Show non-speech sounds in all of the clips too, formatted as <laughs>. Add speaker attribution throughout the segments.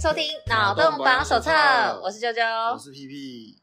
Speaker 1: 收听《脑洞榜手册》，我是啾
Speaker 2: 我
Speaker 1: 啾，
Speaker 2: 是屁屁，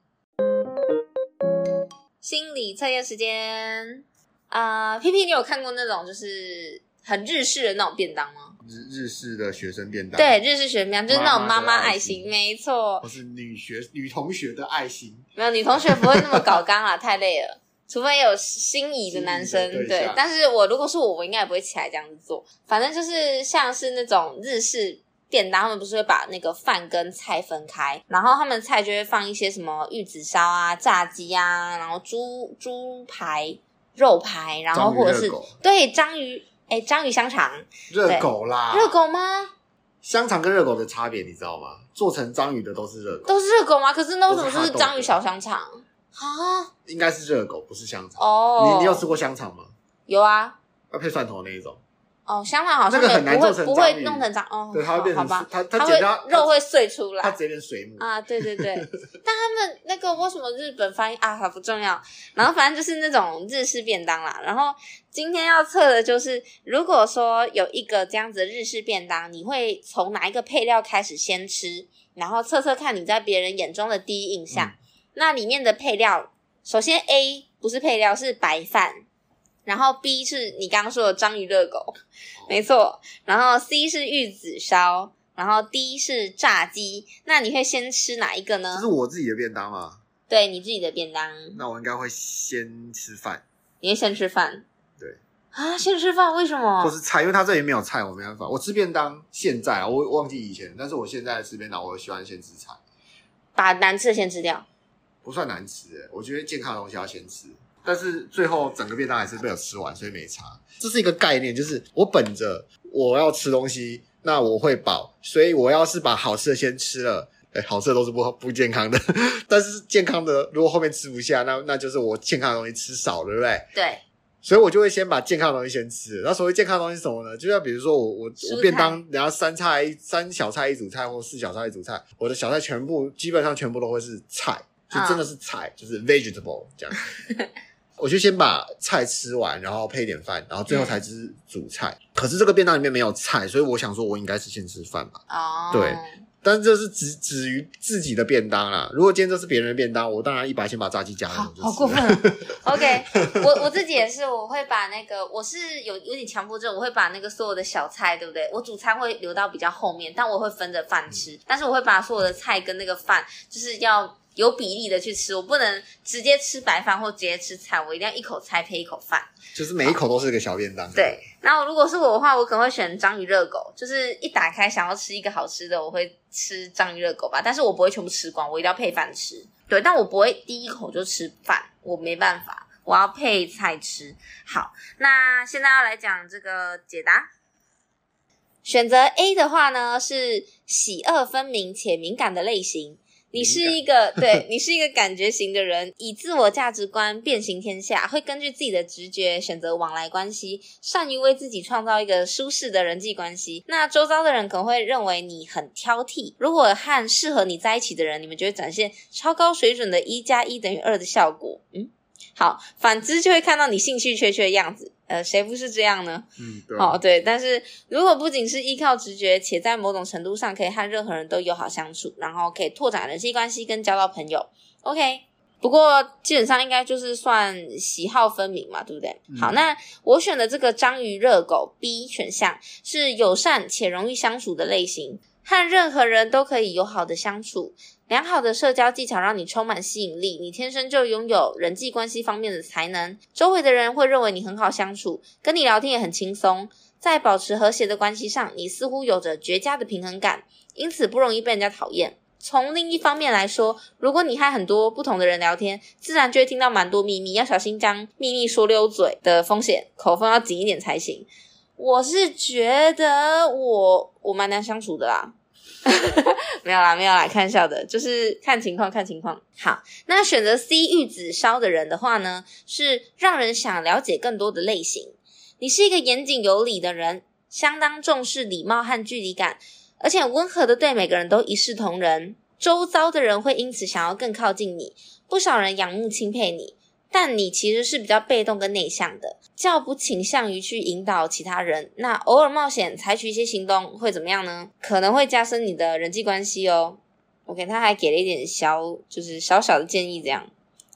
Speaker 1: 心理测验时间。啊、皮皮，你有看过那种就是很日式的那种便当吗？
Speaker 2: 日日式的学生便当，
Speaker 1: 对，，日式学便当就是那种妈
Speaker 2: 妈妈
Speaker 1: 妈
Speaker 2: 的爱
Speaker 1: 爱
Speaker 2: 心
Speaker 1: 心，没错。
Speaker 2: 我是女学女同学的爱心，
Speaker 1: 没有女同学不会那么搞刚啦，太累了。 <laughs> 除非有心仪的男生，
Speaker 2: 心仪的对
Speaker 1: 对
Speaker 2: 象。
Speaker 1: 但是我如果是我，我应该也不会起来这样子做。反正就是像是那种日式便当，他们不是会把那个饭跟菜分开，然后他们菜就会放一些什么玉子烧啊、炸鸡啊，然后猪猪排、肉排，然后
Speaker 2: 章鱼
Speaker 1: 或者是
Speaker 2: 热狗
Speaker 1: 对章鱼，哎、章鱼香肠，
Speaker 2: 热狗啦，
Speaker 1: 热狗吗？
Speaker 2: 香肠跟热狗的差别你知道吗？做成章鱼的都是热狗，
Speaker 1: 都是热狗吗？可是那为什么
Speaker 2: 都是哈
Speaker 1: 是
Speaker 2: 斗
Speaker 1: 章鱼
Speaker 2: 的
Speaker 1: 小香肠啊？
Speaker 2: 应该是热狗，不是香肠。
Speaker 1: 哦，
Speaker 2: 你你有吃过香肠吗？
Speaker 1: 有啊，
Speaker 2: 要配蒜头那一种，
Speaker 1: 哦，香肠好像
Speaker 2: 那个
Speaker 1: 没
Speaker 2: 很难
Speaker 1: 不会
Speaker 2: 做成
Speaker 1: 不会
Speaker 2: 章鱼
Speaker 1: 弄成章哦，
Speaker 2: 对，它
Speaker 1: 好
Speaker 2: 会变成
Speaker 1: 好吧，
Speaker 2: 它它
Speaker 1: 它
Speaker 2: 简单
Speaker 1: 会肉会碎出
Speaker 2: 它
Speaker 1: 来
Speaker 2: 直接变水母，
Speaker 1: 啊，对对对。但他们那个为什么日本翻译啊，好不重要。然后反正就是那种日式便当啦。然后今天要测的就是，如果说有一个这样子的日式便当，你会从哪一个配料开始先吃，然后测测看你在别人眼中的第一印
Speaker 2: 嗯
Speaker 1: 象。那里面的配料，首先 A 不是配料是白饭，然后 B 是你刚刚说的章鱼热
Speaker 2: 哦
Speaker 1: 狗， <laughs> 没错，然后 C 是玉子烧，然后 D 是炸鸡。那你会先吃哪一个
Speaker 2: 这
Speaker 1: 呢
Speaker 2: 是？我自己的便当嘛，
Speaker 1: 对你自己的便当，
Speaker 2: 那我应该会先吃饭
Speaker 1: 你会先吃饭。
Speaker 2: 对
Speaker 1: 啊，先吃饭为什
Speaker 2: 或
Speaker 1: 么？
Speaker 2: 是菜，因为它这里没有菜，我没办法。我吃便当现在啊，我忘记以前，但是我现在吃便当，我喜欢先吃菜，
Speaker 1: 把难吃的先吃掉。
Speaker 2: 不算难吃、欸，我觉得健康的东西要先吃。但是最后整个便当还是被我吃完，所以没差。这是一个概念，就是我本着我要吃东西，那我会饱，所以我要是把好吃的先吃了，哎、好吃的都是不不健康的。 <laughs> 但是健康的如果后面吃不下，那那就是我健康的东西吃少了，对不对？
Speaker 1: 对，
Speaker 2: 所以我就会先把健康的东西先吃。那所谓健康的东西是什么呢？就像比如说我我
Speaker 1: 蔬菜
Speaker 2: 我便当，然后三菜一三小菜一主菜或四小菜一主菜，我的小菜全部基本上全部都会是菜，
Speaker 1: 嗯
Speaker 2: 就真的是菜，就是 vegetable 这
Speaker 1: <laughs>
Speaker 2: 样。我就先把菜吃完，然后配一点饭，然后最后才吃主菜。可是这个便当里面没有菜，所以我想说，我应该是先吃饭吧。
Speaker 1: 哦，
Speaker 2: 对但是这是只止于自己的便当啦。如果今天这是别人的便当，我当然一把先把炸鸡加
Speaker 1: 好
Speaker 2: 上去就吃了。
Speaker 1: 好过分哦。OK，我我自己也是，我会把那个我是有有点强迫症，我会把那个所有的小菜，对不对？我主餐会留到比较后面，但我会分着饭吃，但是我会把所有的菜跟那个饭就是要。有比例的去吃，我不能直接吃白饭或直接吃菜，我一定要一口菜配一口饭。
Speaker 2: 就是每一口都是一个小便当。
Speaker 1: 对，然后如果是我的话，我可能会选章鱼热狗，就是一打开想要吃一个好吃的，我会吃章鱼热狗吧，但是我不会全部吃光，我一定要配饭吃。对，但我不会第一口就吃饭，我没办法，我要配菜吃。好，那现在要来讲这个解答。选择 A 的话呢，是喜恶分明且敏感的类型。你是一个对 <laughs> 你是一个感觉型的人，以自我价值观遍行天下，会根据自己的直觉选择往来关系，善于为自己创造一个舒适的人际关系。那周遭的人可能会认为你很挑剔，如果和适合你在一起的人，你们就会展现超高水准的一加一等于二的效果。嗯，好，反之就会看到你兴趣缺缺的样子。呃，谁不是这样呢？
Speaker 2: 嗯，对。
Speaker 1: 哦，对，但是如果不仅是依靠直觉，且在某种程度上可以和任何人都友好相处，然后可以拓展人际关系跟交到朋友，OK。不过基本上应该就是算喜好分明嘛，对不对？
Speaker 2: 嗯
Speaker 1: 好，那我选的这个章鱼热狗 B 选项是友善且容易相处的类型，和任何人都可以友好的相处。良好的社交技巧让你充满吸引力，你天生就拥有人际关系方面的才能，周围的人会认为你很好相处，跟你聊天也很轻松。在保持和谐的关系上，你似乎有着绝佳的平衡感，因此不容易被人家讨厌。从另一方面来说，如果你和很多不同的人聊天，自然就会听到蛮多秘密，要小心将秘密说溜嘴的风险，口风要紧一点才行。我是觉得我我蛮难相处的啦， <laughs> 没有啦，没有啦，开玩笑的，就是看情况，看情况。好，那选择 C 玉子烧的人的话呢，是让人想了解更多的类型。你是一个严谨有礼的人，相当重视礼貌和距离感，而且温和的对每个人都一视同仁。周遭的人会因此想要更靠近你，不少人仰慕钦佩你。但你其实是比较被动跟内向的，较不倾向于去引导其他人。那偶尔冒险采取一些行动会怎么样呢？可能会加深你的人际关系哦。OK，他还给了一点小，就是小小的建议这样。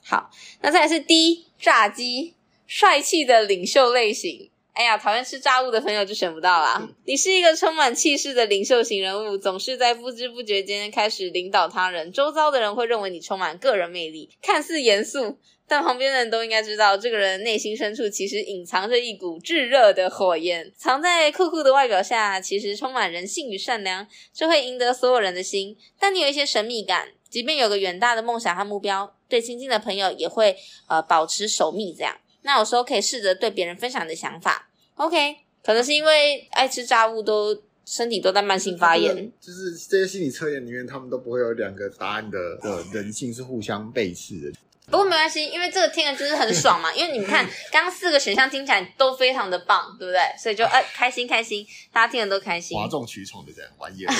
Speaker 1: 好，那再来是 D 炸鸡，帅气的领袖类型。哎呀，讨厌吃炸物的朋友就选不到啦。你是一个充满气势的领袖型人物，总是在不知不觉间开始领导他人，周遭的人会认为你充满个人魅力，看似严肃，但旁边的人都应该知道，这个人内心深处其实隐藏着一股炙热的火焰，藏在酷酷的外表下，其实充满人性与善良，这会赢得所有人的心。但你有一些神秘感，即便有个远大的梦想和目标，对亲近的朋友也会呃保持守密。这样，那有时候可以试着对别人分享你的想法。OK，可能是因为爱吃炸物都身体都在慢性发炎。
Speaker 2: 就是这些心理测验里面，他们都不会有两个答案的的人性是互相背刺的。
Speaker 1: 不过没关系，因为这个听了就是很爽
Speaker 2: <laughs>
Speaker 1: 嘛。因为你看，刚刚四个选项听起来都非常的棒，对不对？所以就哎、开心开心，大家听了都开心，
Speaker 2: 哗众取宠的这样玩意儿，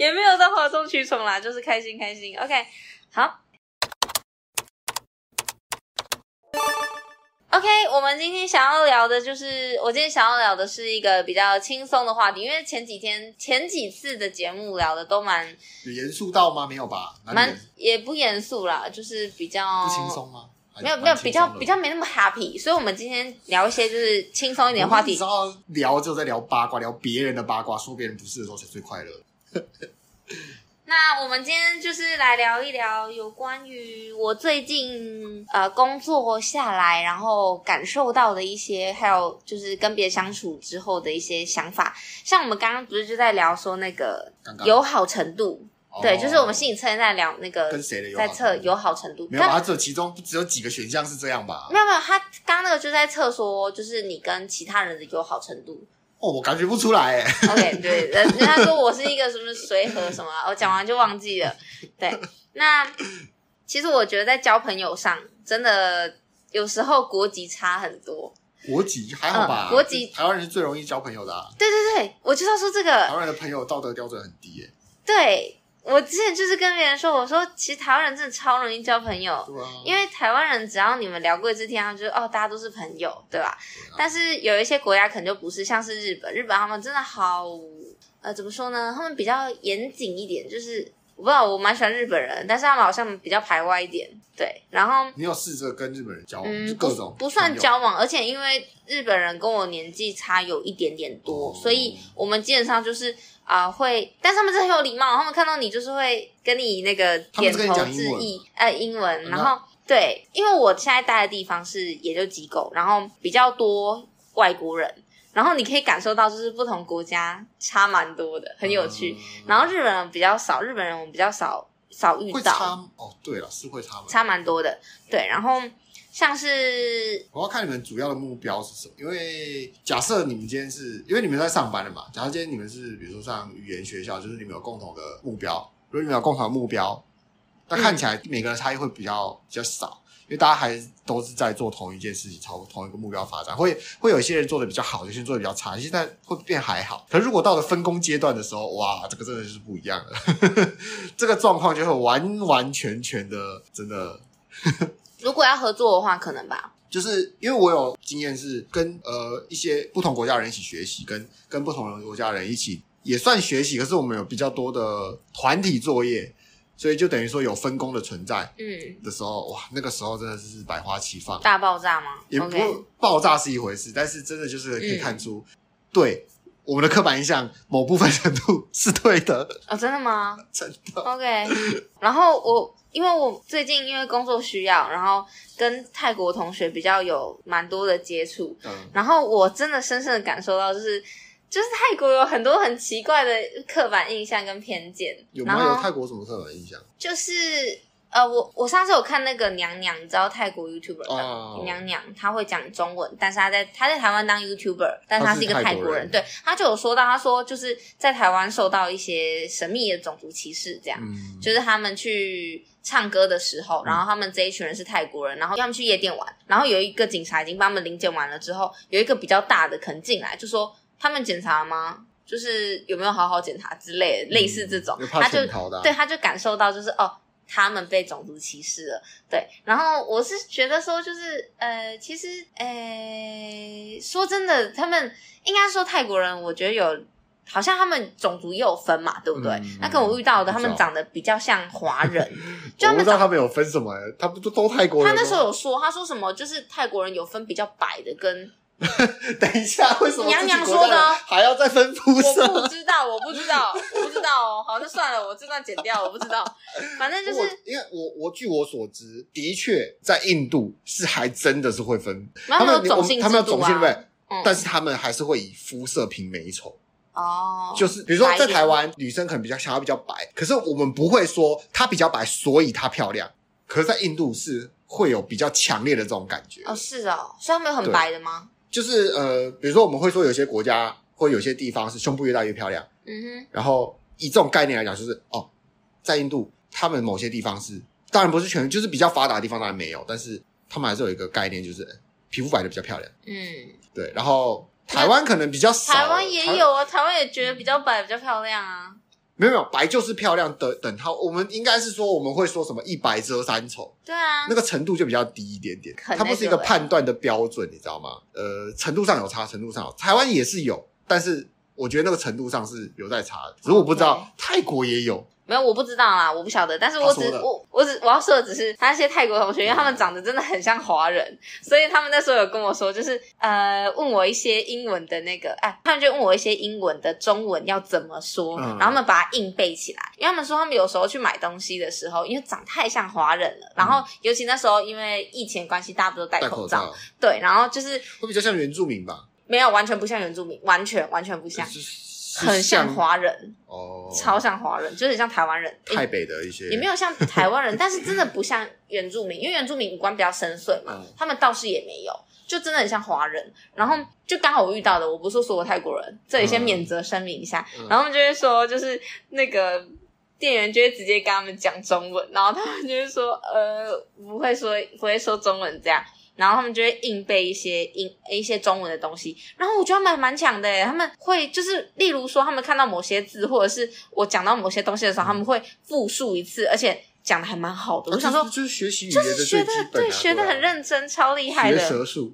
Speaker 1: 也没有到哗众取宠啦，就是开心开心。OK，好。OK，我们今天想要聊的就是，我今天想要聊的是一个比较轻松的话题，因为前几天前几次的节目聊的都蛮
Speaker 2: <laughs> 有严肃到吗？没有吧？哪里
Speaker 1: 蛮
Speaker 2: 严
Speaker 1: 也不严肃啦，就是比较
Speaker 2: 不轻松吗？还是
Speaker 1: 没有没
Speaker 2: 蛮
Speaker 1: 有
Speaker 2: 轻松
Speaker 1: 比较
Speaker 2: 的
Speaker 1: 比较没那么 happy，所以我们今天聊一些就是轻松一点的话
Speaker 2: 我们只
Speaker 1: 题
Speaker 2: 知。道聊就在聊八卦，聊别人的八卦，说别人不是的时候才最快乐。
Speaker 1: 那我们今天就是来聊一聊有关于我最近呃工作下来，然后感受到的一些，还有就是跟别人相处之后的一些想法。像我们刚刚不是就在聊说那个
Speaker 2: 刚刚
Speaker 1: 友好程度，
Speaker 2: 嗯哦
Speaker 1: 对，就是我们心理测验在聊那个
Speaker 2: 跟谁的啊友好
Speaker 1: 在
Speaker 2: 程度
Speaker 1: 测友好程度，
Speaker 2: 没有吧？它只有其中只有几个选项是这样吧？
Speaker 1: 没有没有，他刚刚那个就在测说，就是你跟其他人的友好程度。
Speaker 2: 哦，我感觉不出来哎。
Speaker 1: OK，对，人人家说我是一个什么随和什么啊，我 <laughs> 讲完就忘记了。对，那其实我觉得在交朋友上，真的有时候国籍差很多。
Speaker 2: 国籍还好吧？
Speaker 1: 嗯国籍
Speaker 2: 台湾人是最容易交朋友的、啊，
Speaker 1: 对对对，我就要说这
Speaker 2: 台
Speaker 1: 个，
Speaker 2: 湾人的朋友道德标准很低哎。
Speaker 1: 对我之前就是跟别人说，我说其实台湾人真的超容易交朋友，
Speaker 2: 对啊，
Speaker 1: 因为台湾人只要你们聊过一次天，他们就是哦，大家都是朋友，对吧？
Speaker 2: 对啊
Speaker 1: 但是有一些国家可能就不是，像是日本，日本他们真的好，呃，怎么说呢？他们比较严谨一点，就是我不知道，我蛮喜欢日本人，但是他们好像比较排外一点，对。然后，
Speaker 2: 你有试着跟日本人交往，就
Speaker 1: 嗯，
Speaker 2: 哦各种
Speaker 1: 不不算
Speaker 2: 朋友
Speaker 1: 交往，而且因为日本人跟我年纪差有一点点多，
Speaker 2: 哦
Speaker 1: 所以我们基本上就是啊、会，但是他们真的很有礼貌，他们看到你就是会跟你那个
Speaker 2: 他们
Speaker 1: 点
Speaker 2: 是跟你
Speaker 1: 头
Speaker 2: 讲英
Speaker 1: 致
Speaker 2: 文
Speaker 1: 意，呃，英文，
Speaker 2: 嗯
Speaker 1: 然后对，因为我现在待的地方是研究机构，然后比较多外国人，然后你可以感受到就是不同国家差蛮多的，很有趣。
Speaker 2: 嗯
Speaker 1: 然后日本人比较少，日本人我们比较少少遇
Speaker 2: 会
Speaker 1: 到，
Speaker 2: 差哦，对了，是会差吗？
Speaker 1: 差蛮多的。对，然后像是
Speaker 2: 我要看你们主要的目标是什么，因为假设你们今天是因为你们在上班了嘛，假设今天你们是比如说上语言学校，就是你们有共同的目标，如果你们有共同的目标，那看起来每个人差异会比较比较少，因为大家还都是在做同一件事情，朝同一个目标发展，会会有些人做的比较好，有些人做的比较差，现在会变还好，可是如果到了分工阶段的时候，哇，这个真的就是不一样了， <laughs> 这个状况就会完完全全的真的
Speaker 1: 如果要合作的话，可能吧。
Speaker 2: 就是因为我有经验是跟呃一些不同国家的人一起学习，跟跟不同的国家的人一起也算学习，可是我们有比较多的团体作业，所以就等于说有分工的存在
Speaker 1: 嗯，
Speaker 2: 的时候，哇，那个时候真的是百花齐放，
Speaker 1: 大爆炸吗
Speaker 2: 也不
Speaker 1: ？OK，
Speaker 2: 爆炸是一回事，但是真的就是可以看出，对我们的刻板印象某部分程度是对的，
Speaker 1: 哦，真的吗？
Speaker 2: 真的。
Speaker 1: OK，然后我因为我最近因为工作需要，然后跟泰国同学比较有蛮多的接触，
Speaker 2: 嗯，
Speaker 1: 然后我真的深深的感受到，就是就是泰国有很多很奇怪的刻板印象跟偏见，
Speaker 2: 有
Speaker 1: 然
Speaker 2: 吗？有
Speaker 1: 后
Speaker 2: 泰国什么刻板印象？
Speaker 1: 就是呃，我我上次有看那个娘娘，你知道泰国 YouTuber 吧
Speaker 2: 哦
Speaker 1: 娘娘她会讲中文，但是她在她在台湾当 YouTuber，但是
Speaker 2: 她
Speaker 1: 她
Speaker 2: 是
Speaker 1: 是一个
Speaker 2: 泰
Speaker 1: 泰
Speaker 2: 国
Speaker 1: 国人，
Speaker 2: 人
Speaker 1: 对，她就有说到，她说就是在台湾受到一些神秘的种族歧视这样。
Speaker 2: 嗯，
Speaker 1: 就是他们去唱歌的时候，然后他们这一群人是泰国人，然后要他们去夜店玩，然后有一个警察已经帮他们临检完了之后，有一个比较大的肯进来，就说他们检查吗？就是有没有好好检查之类的，类似这种
Speaker 2: 嗯，
Speaker 1: 他
Speaker 2: 怕
Speaker 1: 就
Speaker 2: 潜逃的啊啊
Speaker 1: 对，他就感受到就是哦，他们被种族歧视了。对，然后我是觉得说，就是呃，其实呃，说真的，他们应该说泰国人，我觉得有。好像他们种族也有分嘛，对不对？
Speaker 2: 嗯
Speaker 1: 那跟我遇到的，
Speaker 2: 不
Speaker 1: 他
Speaker 2: 知道
Speaker 1: 们长得比较像华人，
Speaker 2: <laughs>
Speaker 1: 就他
Speaker 2: 我不
Speaker 1: 们
Speaker 2: 知道
Speaker 1: 长
Speaker 2: 他们有分什么、欸，他不都都泰国
Speaker 1: 他
Speaker 2: 人吗？
Speaker 1: 那时候有说，他说什么就是泰国人有分比较白的
Speaker 2: <laughs>
Speaker 1: 跟
Speaker 2: 等一下，为什么
Speaker 1: 娘
Speaker 2: 自己
Speaker 1: 娘
Speaker 2: 国
Speaker 1: 说
Speaker 2: 家
Speaker 1: 的
Speaker 2: 人
Speaker 1: 哦
Speaker 2: 还要再分肤色？
Speaker 1: 我不知道，我不知道，我不知道哦。好，那算了，我这段剪掉，我不知道。反正就是
Speaker 2: 我因为我我据我所知，的确在印度是还真的是会分，
Speaker 1: 他
Speaker 2: 们
Speaker 1: 有种姓
Speaker 2: 他们有
Speaker 1: 制度
Speaker 2: 种
Speaker 1: 啊
Speaker 2: 姓对不对？
Speaker 1: 嗯
Speaker 2: 但是他们还是会以肤色评美丑，
Speaker 1: 哦，
Speaker 2: 就是比如说
Speaker 1: 白一
Speaker 2: 在
Speaker 1: 点
Speaker 2: 台湾，女生可能比较想要比较白，可是我们不会说她比较白，所以她漂亮。可是，在印度是会有比较强烈的这种感觉，
Speaker 1: 哦是哦，所以他们有很
Speaker 2: 对
Speaker 1: 白的吗？
Speaker 2: 就是呃，比如说我们会说有些国家或有些地方是胸部越大越漂亮，
Speaker 1: 嗯
Speaker 2: 然后以这种概念来讲，就是哦，在印度他们某些地方是，当然不是全，就是比较发达的地方当然没有，但是他们还是有一个概念，就是呃皮肤白的比较漂亮。
Speaker 1: 哼，嗯，
Speaker 2: 对，然后台湾可能比较少，
Speaker 1: 台湾也
Speaker 2: 台，
Speaker 1: 有啊，台湾也觉得比较白比较漂亮啊。
Speaker 2: 没有没有白就是漂亮的等号，我们应该是说我们会说什么一白遮三丑，
Speaker 1: 对啊，
Speaker 2: 那个程度就比较低一点点，
Speaker 1: 很
Speaker 2: 它不是一
Speaker 1: 那
Speaker 2: 个
Speaker 1: 个欸
Speaker 2: 判断的标准，你知道吗？呃，程度上有差，程度上有，台湾也是有，但是我觉得那个程度上是有在差的，只是我不知道泰国也有，
Speaker 1: 没有，我不知道啦，我不晓得。但是我只
Speaker 2: 他说的嗯
Speaker 1: 我我只我要说的只是，他那些泰国同学，因为他们长得真的很像华人，所以他们那时候有跟我说，就是呃问我一些英文的那个，哎，他们就问我一些英文的中文要怎么说，
Speaker 2: 嗯
Speaker 1: 然后他们把它硬背起来。因为他们说他们有时候去买东西的时候，因为长太像华人了，然后尤其那时候因为疫情关系，大家不都戴
Speaker 2: 嗯戴
Speaker 1: 口
Speaker 2: 口
Speaker 1: 罩，
Speaker 2: 罩
Speaker 1: 对，然后就是
Speaker 2: 会比较像原住民吧。
Speaker 1: 没有完全不像原住民，完全完全不像，
Speaker 2: 是
Speaker 1: 很像华人，
Speaker 2: 哦，
Speaker 1: 超像华人，就是很像台湾人，
Speaker 2: 台北的一些哦
Speaker 1: 也没有像台湾人，但是真的不像原住民，因为原住民五官比较深邃嘛，
Speaker 2: 嗯
Speaker 1: 他们倒是也没有，就真的很像华人。然后就刚好我遇到的，我不是说所有泰国人，这里先
Speaker 2: 嗯
Speaker 1: 免责声明一下，
Speaker 2: 嗯
Speaker 1: 然后他们就会说，就是那个。店员就会直接跟他们讲中文，然后他们就会说，呃，不会说不会说中文这样，然后他们就会硬背一些英一些中文的东西，然后我觉得他们蛮强的耶，他们会就是例如说他们看到某些字，或者是我讲到某些东西的时候，
Speaker 2: 嗯
Speaker 1: 他们会复述一次，而且讲的还蛮好的。
Speaker 2: 啊
Speaker 1: 我想说
Speaker 2: 就是，就是学习语
Speaker 1: 就
Speaker 2: 言
Speaker 1: 是
Speaker 2: 的
Speaker 1: 学
Speaker 2: 最
Speaker 1: 的
Speaker 2: 基本啊、
Speaker 1: 对，
Speaker 2: 对，
Speaker 1: 学的很，认真，超厉害
Speaker 2: 学
Speaker 1: 的，
Speaker 2: 蛇术，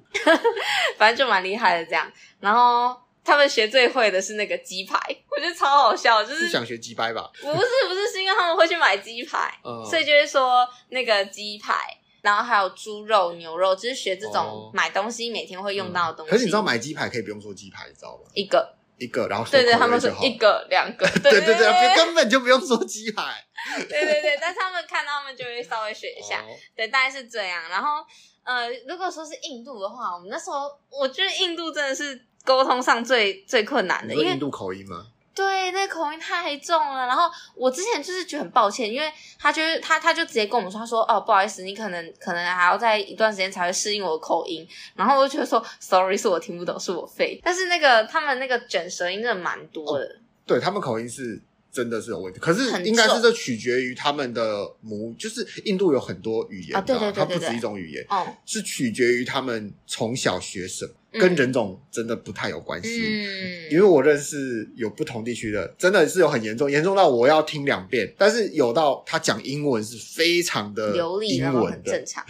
Speaker 1: 反正就蛮厉害的这样。然后他们学最会的是那个鸡排，我觉得超好笑，就是
Speaker 2: 是想学鸡掰吧？
Speaker 1: 不是不是是因为他们会去买鸡排，
Speaker 2: 嗯，
Speaker 1: 所以就会说那个鸡排，然后还有猪肉、牛肉，就是学这种
Speaker 2: 哦嗯
Speaker 1: 买东西每天会用到的东西。
Speaker 2: 可是你知道买鸡排可以不用说鸡排，你知道吗？
Speaker 1: 一个，
Speaker 2: 一个，然后
Speaker 1: 对对，
Speaker 2: 口味
Speaker 1: 他们说
Speaker 2: 就好
Speaker 1: 一个、两个，对
Speaker 2: <laughs> 对
Speaker 1: 对
Speaker 2: 对对，
Speaker 1: 对
Speaker 2: 根本就不用说鸡排。
Speaker 1: <laughs> 对对对，但是他们看到他们就会稍微学一下，
Speaker 2: 哦
Speaker 1: 对，大概是这样。然后呃，如果说是印度的话，我们那时候我觉得印度真的是沟通上最最困难的，因
Speaker 2: 你说
Speaker 1: 为
Speaker 2: 印度口音吗？
Speaker 1: 对，那口音太重了。然后我之前就是觉得很抱歉，因为他就是他他就直接跟我们说，他说哦，不好意思，你可能可能还要在一段时间才会适应我的口音。然后我就觉得说，sorry，是我听不懂，是我废。但是那个他们那个卷舌音真的蛮多的，
Speaker 2: 对他们口音是真的是有问题，可
Speaker 1: 很
Speaker 2: 是应该是这取决于他们的母，就是印度有很多语言
Speaker 1: 啊对对对
Speaker 2: 它不
Speaker 1: 对对
Speaker 2: 止一种语言，
Speaker 1: 哦，
Speaker 2: 是取决于他们从小学什么，
Speaker 1: 嗯
Speaker 2: 跟人种真的不太有关系。
Speaker 1: 嗯，
Speaker 2: 因为我认识有不同地区的，真的是有很严重，严重到我要听两遍。但是有到他讲英文是非常的
Speaker 1: 嗯流利，
Speaker 2: 英
Speaker 1: 然后
Speaker 2: 文
Speaker 1: 很
Speaker 2: 的
Speaker 1: 正，
Speaker 2: <laughs>
Speaker 1: 常，